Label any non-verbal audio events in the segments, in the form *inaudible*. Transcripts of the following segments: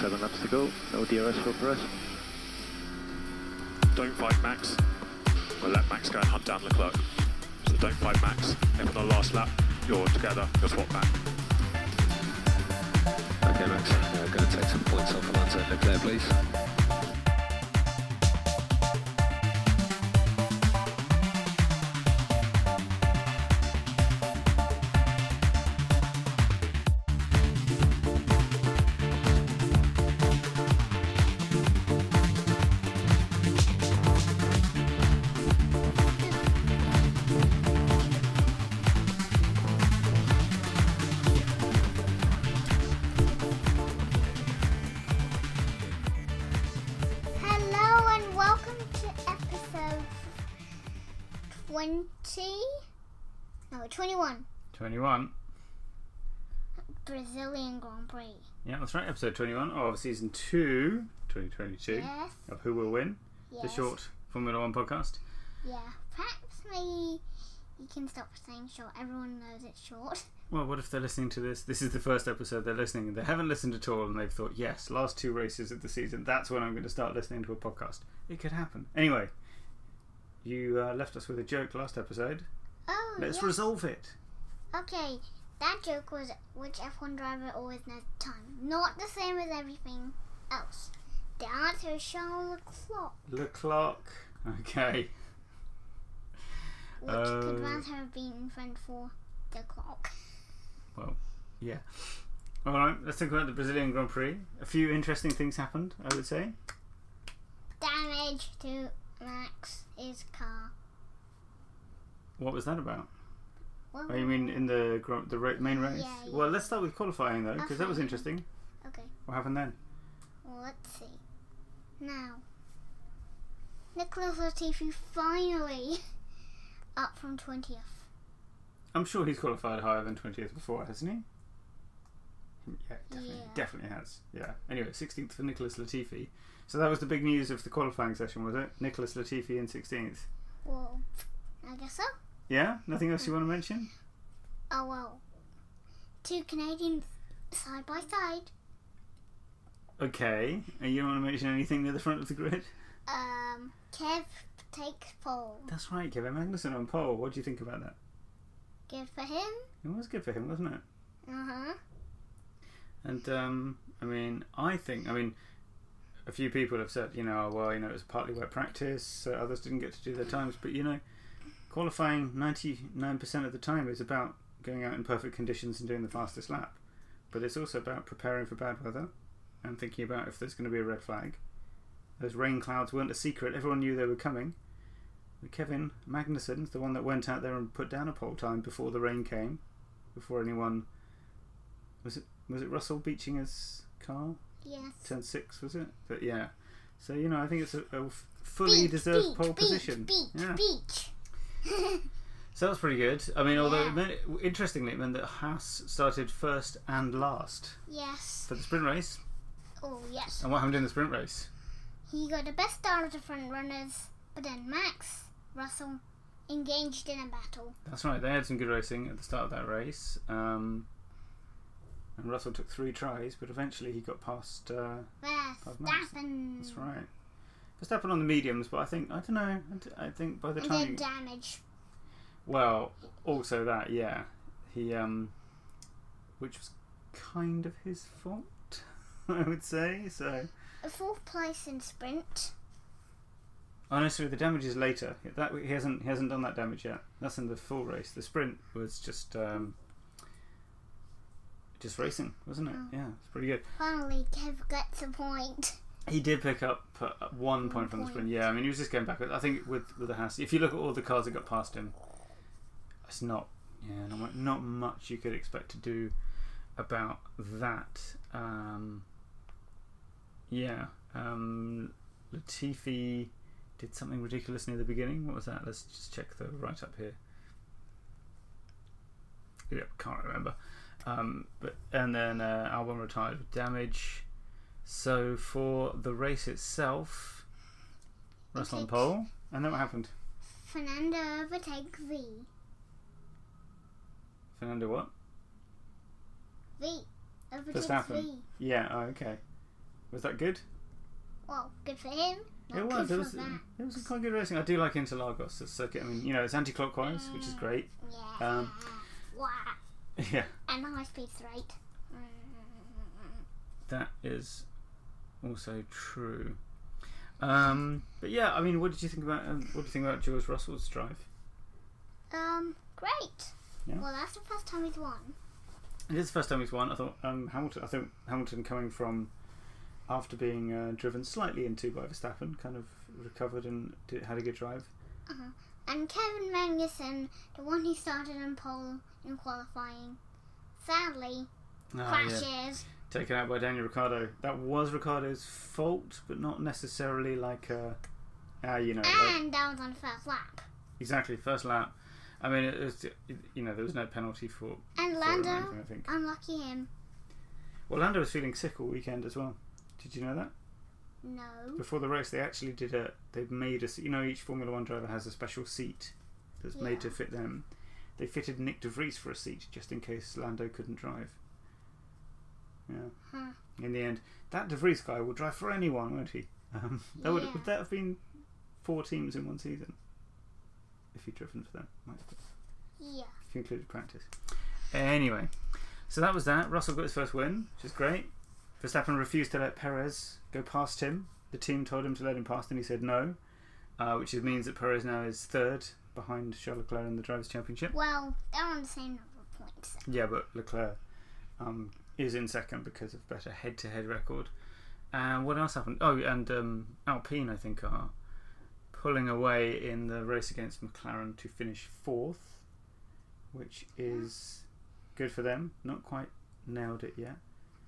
seven laps to go. No DRS for Perez. Don't fight Max. We'll let Max go and hunt down Leclerc. So don't fight Max. If on the last lap, you're together, you'll swap back. Okay, Max, uh, going to take some points off Alonso and Leclerc, please. Hello and welcome to episode 20. No, 21. 21. Brazilian Grand Prix. Yeah, that's right. Episode 21 of season 2, 2022, Yes. of Who Will Win, Yes. the short Formula One podcast. Yeah. Perhaps maybe you can stop saying short. Everyone knows it's short. *laughs* Well, what if they're listening to this? This is the first episode they're listening. and They haven't listened at all and they've thought, yes, last two races of the season, that's when I'm going to start listening to a podcast. It could happen. Anyway, you uh, left us with a joke last episode. Oh, Let's yeah. resolve it. okay. That joke was which F1 driver always knows the time. Not the same as everything else. The answer is Charles Leclerc. Leclerc. Okay. Which could Oh. rather have been friend for the clock. Yeah. All right, let's talk about the Brazilian Grand Prix. A few interesting things happened, I would say. Damage to Max's car. What was that about? Well, Oh, you mean in the gr- the ra- main race? Yeah, yeah. Well, let's start with qualifying though, because that was Okay. interesting. Okay. What happened then? Well, let's see. Now, Nicholas Latifi finally *laughs* up from 20th. I'm sure he's qualified higher than 20th before, hasn't he? Yeah, definitely, Yeah. definitely has. Yeah. Anyway, 16th for Nicholas Latifi. So that was the big news of the qualifying session, was it? Nicholas Latifi in 16th. Well, I guess so. Yeah. Nothing else you want to mention? Oh well. Two Canadians side by side. Okay. And you don't want to mention anything near the front of the grid? *laughs* Um, Kev takes pole. That's right, Kevin Magnussen on pole. What do you think about that? Good for him. It was good for him, wasn't it? Uh huh. And um, I mean, I think, I mean, a few people have said, you know, oh, well, you know, it was partly wet practice, so others didn't get to do their times. But you know, qualifying ninety nine percent of the time is about going out in perfect conditions and doing the fastest lap. But it's also about preparing for bad weather and thinking about if there's going to be a red flag. Those rain clouds weren't a secret; everyone knew they were coming. But Kevin Magnussen's the one that went out there and put down a pole time before the rain came, before anyone. Was it was it Russell beaching his car? Yes. Turn six, was it? But yeah. So you know, I think it's a, a f- fully deserved pole position. Beach, yeah. beach. So that's pretty good. I mean, although Yeah. it meant, interestingly, it meant that Haas started first and last yes. for the sprint race. Oh, yes. And what happened in the sprint race? He got the best start of the front runners, but then Max Russell engaged in a battle. That's right. They had some good racing at the start of that race. Um, and Russell took three tries, but eventually he got past. Uh, Verstappen. that's right. Verstappen on the mediums, but I think I don't know. I d- I think by the And time then you- damage. Well, also that, yeah. He um which was kind of his fault, *laughs* I would say. So A fourth place in sprint. honestly Oh, the damage is later. That he hasn't he hasn't done that damage yet. That's in the full race. The sprint was just um just racing, wasn't it? Oh. Yeah, it's pretty good. Finally, Kev gets a point. He did pick up uh, one point from the sprint. point. Yeah, I mean he was just going back. I think with with the Haas, if you look at all the cars that got past him, it's not yeah not, mu- not much you could expect to do about that. Um, yeah, um, Latifi did something ridiculous near the beginning. What was that? Let's just check the right up here. Yeah, can't remember. Um, but and then uh, Albon retired with damage. So for the race itself, Russell on Okay. pole, and then what happened? Fernando overtakes V. Fernando what? V overtakes Verstappen. V. Yeah. Oh, okay. Was that good? Well, good for him. Not it was. Good It was, um, for that. it was quite good racing. I do like Interlagos. It's so good. I mean, you know, it's anti-clockwise, which is great. *laughs* Yeah. Um, wow. Yeah, And high speed's right. that is also true. Um, but yeah, I mean, what did you think about um, what do you think about George Russell's drive? Um, great. Yeah. Well, that's the first time he's won. It is the first time he's won. I thought um, Hamilton. I think Hamilton coming from after being uh, driven slightly into by Verstappen, kind of recovered and did, had a good drive. And Kevin Magnussen, the one who started in pole in qualifying, sadly Ah, yeah. crashes. Taken out by Daniel Ricciardo. That was Ricciardo's fault, but not necessarily like a, ah, you know, like- And that was on the first lap. exactly first lap. I mean, it was, it- you know, there was no penalty for, And for it or anything, Lando, I think. unlucky him. Well, Lando was feeling sick all weekend as well. Did you know that? No. Before the race, they actually did a. They've made a. You know, each Formula One driver has a special seat that's Yeah. made to fit them. They fitted Nick De Vries for a seat just in case Lando couldn't drive. Yeah. Huh. In the end, that De Vries guy will drive for anyone, won't he? Um, that would, Yeah. would that have been four teams in one season? If he'd driven for them, might have been, Yeah. if you included practice. Anyway, so that was that. Russell got his first win, which is great. Verstappen refused to let Perez go past him. The team told him to let him past, and he said no, uh, which is- means that Perez now is third behind Charles Leclerc in the Drivers' Championship. Well, they're on the same number of points. Yeah, but Leclerc um, is in second because of better head-to-head record. And what else happened? Oh, and um, Alpine, I think, are pulling away in the race against McLaren to finish fourth, which is good for them. Not quite nailed it yet.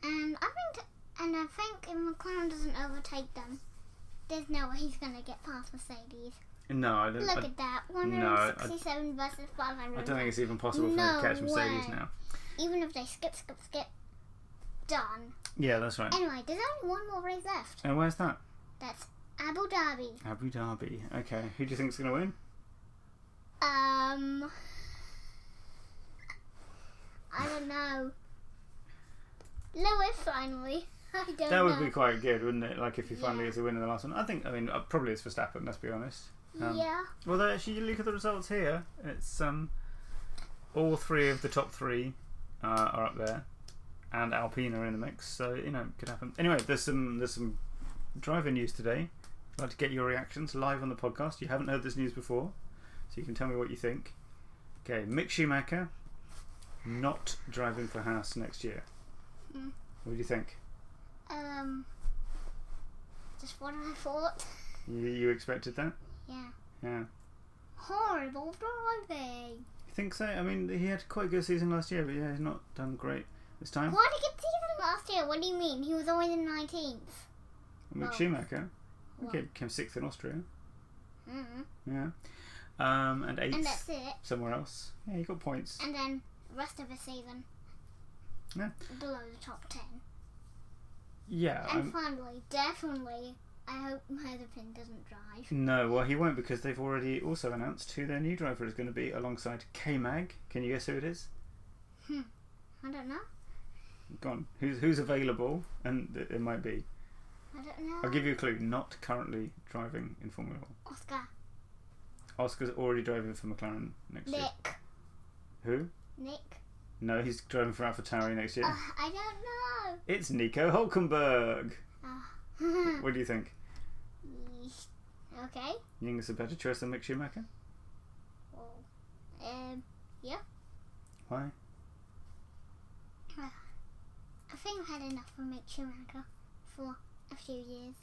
And I think, and I think if McLaren doesn't overtake them, there's no way he's gonna get past Mercedes. No, I don't. Look I, at that, no, I- 167 versus I don't 500. think it's even possible for them to No catch Mercedes way. now. Even if they skip, skip, skip, done. Yeah, that's right. Anyway, there's only one more race left. And where's that? That's Abu Dhabi. Abu Dhabi. Okay, who do you think's going to win? Um, I don't know. Lewis finally. *laughs* I don't That know. would be quite good, wouldn't it? Like if he finally Yeah. gets a win in the last one. I think. I mean, uh, probably it's Verstappen. Let's be honest. Um, yeah. Well, though, actually, you look at the results here. It's um, all three of the top three uh, are up there, and Alpine are in the mix. So you know, it could happen. Anyway, there's some there's some driver news today. I'd like to get your reactions live on the podcast. You haven't heard this news before, so you can tell me what you think. Okay, Mick Schumacher not driving for Haas next year. Mm. What do you think? Um, just what I thought. You, you expected that? Yeah. Yeah. Horrible driving. You think so? I mean, he had quite a good season last year, but yeah, he's not done great this time. Why did he get season last year? What do you mean? He was always in 19th. Mick Well- Schumacher. He Well. came, came sixth in Austria. Mm-hmm. Yeah. Um, and eighth And that's it. somewhere else. Yeah, he got points. And then rest of the season. Yeah. Below the top 10. Yeah. and I'm, finally, definitely, I hope Mazepin doesn't drive. no, well, he won't because they've already also announced who their new driver is going to be alongside K Mag. Can you guess who it is? I don't know. Go on. Who's, who's available? And th- it might be. I don't know. I'll give you a clue. Not currently driving in Formula One. Oscar. Oscar's already driving for McLaren next year. Nick. Who? Nick. No, he's driving for AlphaTauri next year. Uh, I don't It's Nico Hulkenberg. know. What do you think? *laughs* okay. You think it's a better choice than Mick Schumacher? Well, um, Why? I think I've had enough from Mick Schumacher for a few years.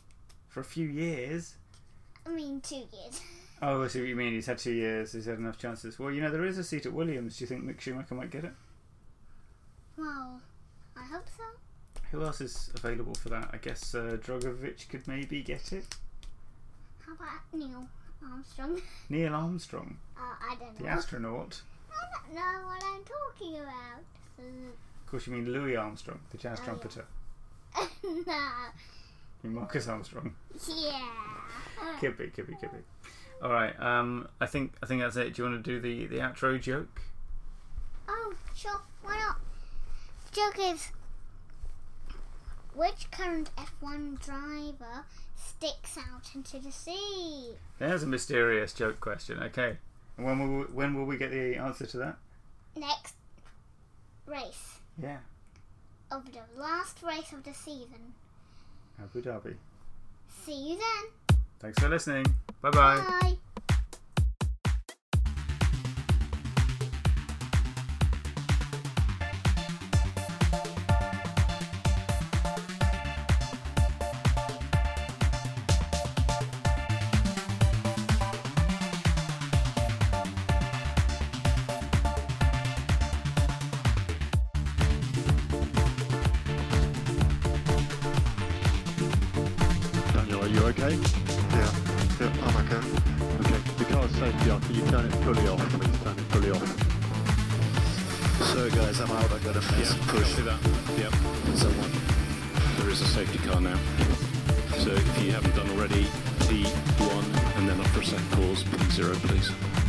For a few years. I mean, two years. *laughs* Oh, I see what you mean. He's had two years. He's had enough chances. Well, you know, there is a seat at Williams. Do you think Mick Schumacher might get it? Well, I hope so. Who else is available for that? I guess uh, Drogovic could maybe get it. How about Neil Armstrong? *laughs* Neil Armstrong, Uh, I don't the know. astronaut. I don't know what I'm talking about. *laughs* Uh, Of course, you mean Louis Armstrong, the jazz Oh, yeah. trumpeter. no. You mean Marcus Armstrong. Yeah. Could be, could be, could be. All right. Um, I think I think that's it. Do you want to do the the outro joke? Oh, sure. Why not? Joke is, Which current F1 driver sticks out into the sea? There's a mysterious joke question. Okay. When will we, when will we get the answer to that? Next race Yeah. of the last race of the season. Abu Dhabi. See you then. Thanks for listening. Bye bye. Bye. Daniel, are you okay? Yeah, yeah, I'm okay. Okay. The car's safety off. Can you turn it fully off? Please turn it fully off. So guys, I'm out. I got a fast push. See that? Yep. Someone. There is a safety car now. So if you haven't done already, D1 and then up for a sec pause, P0 please.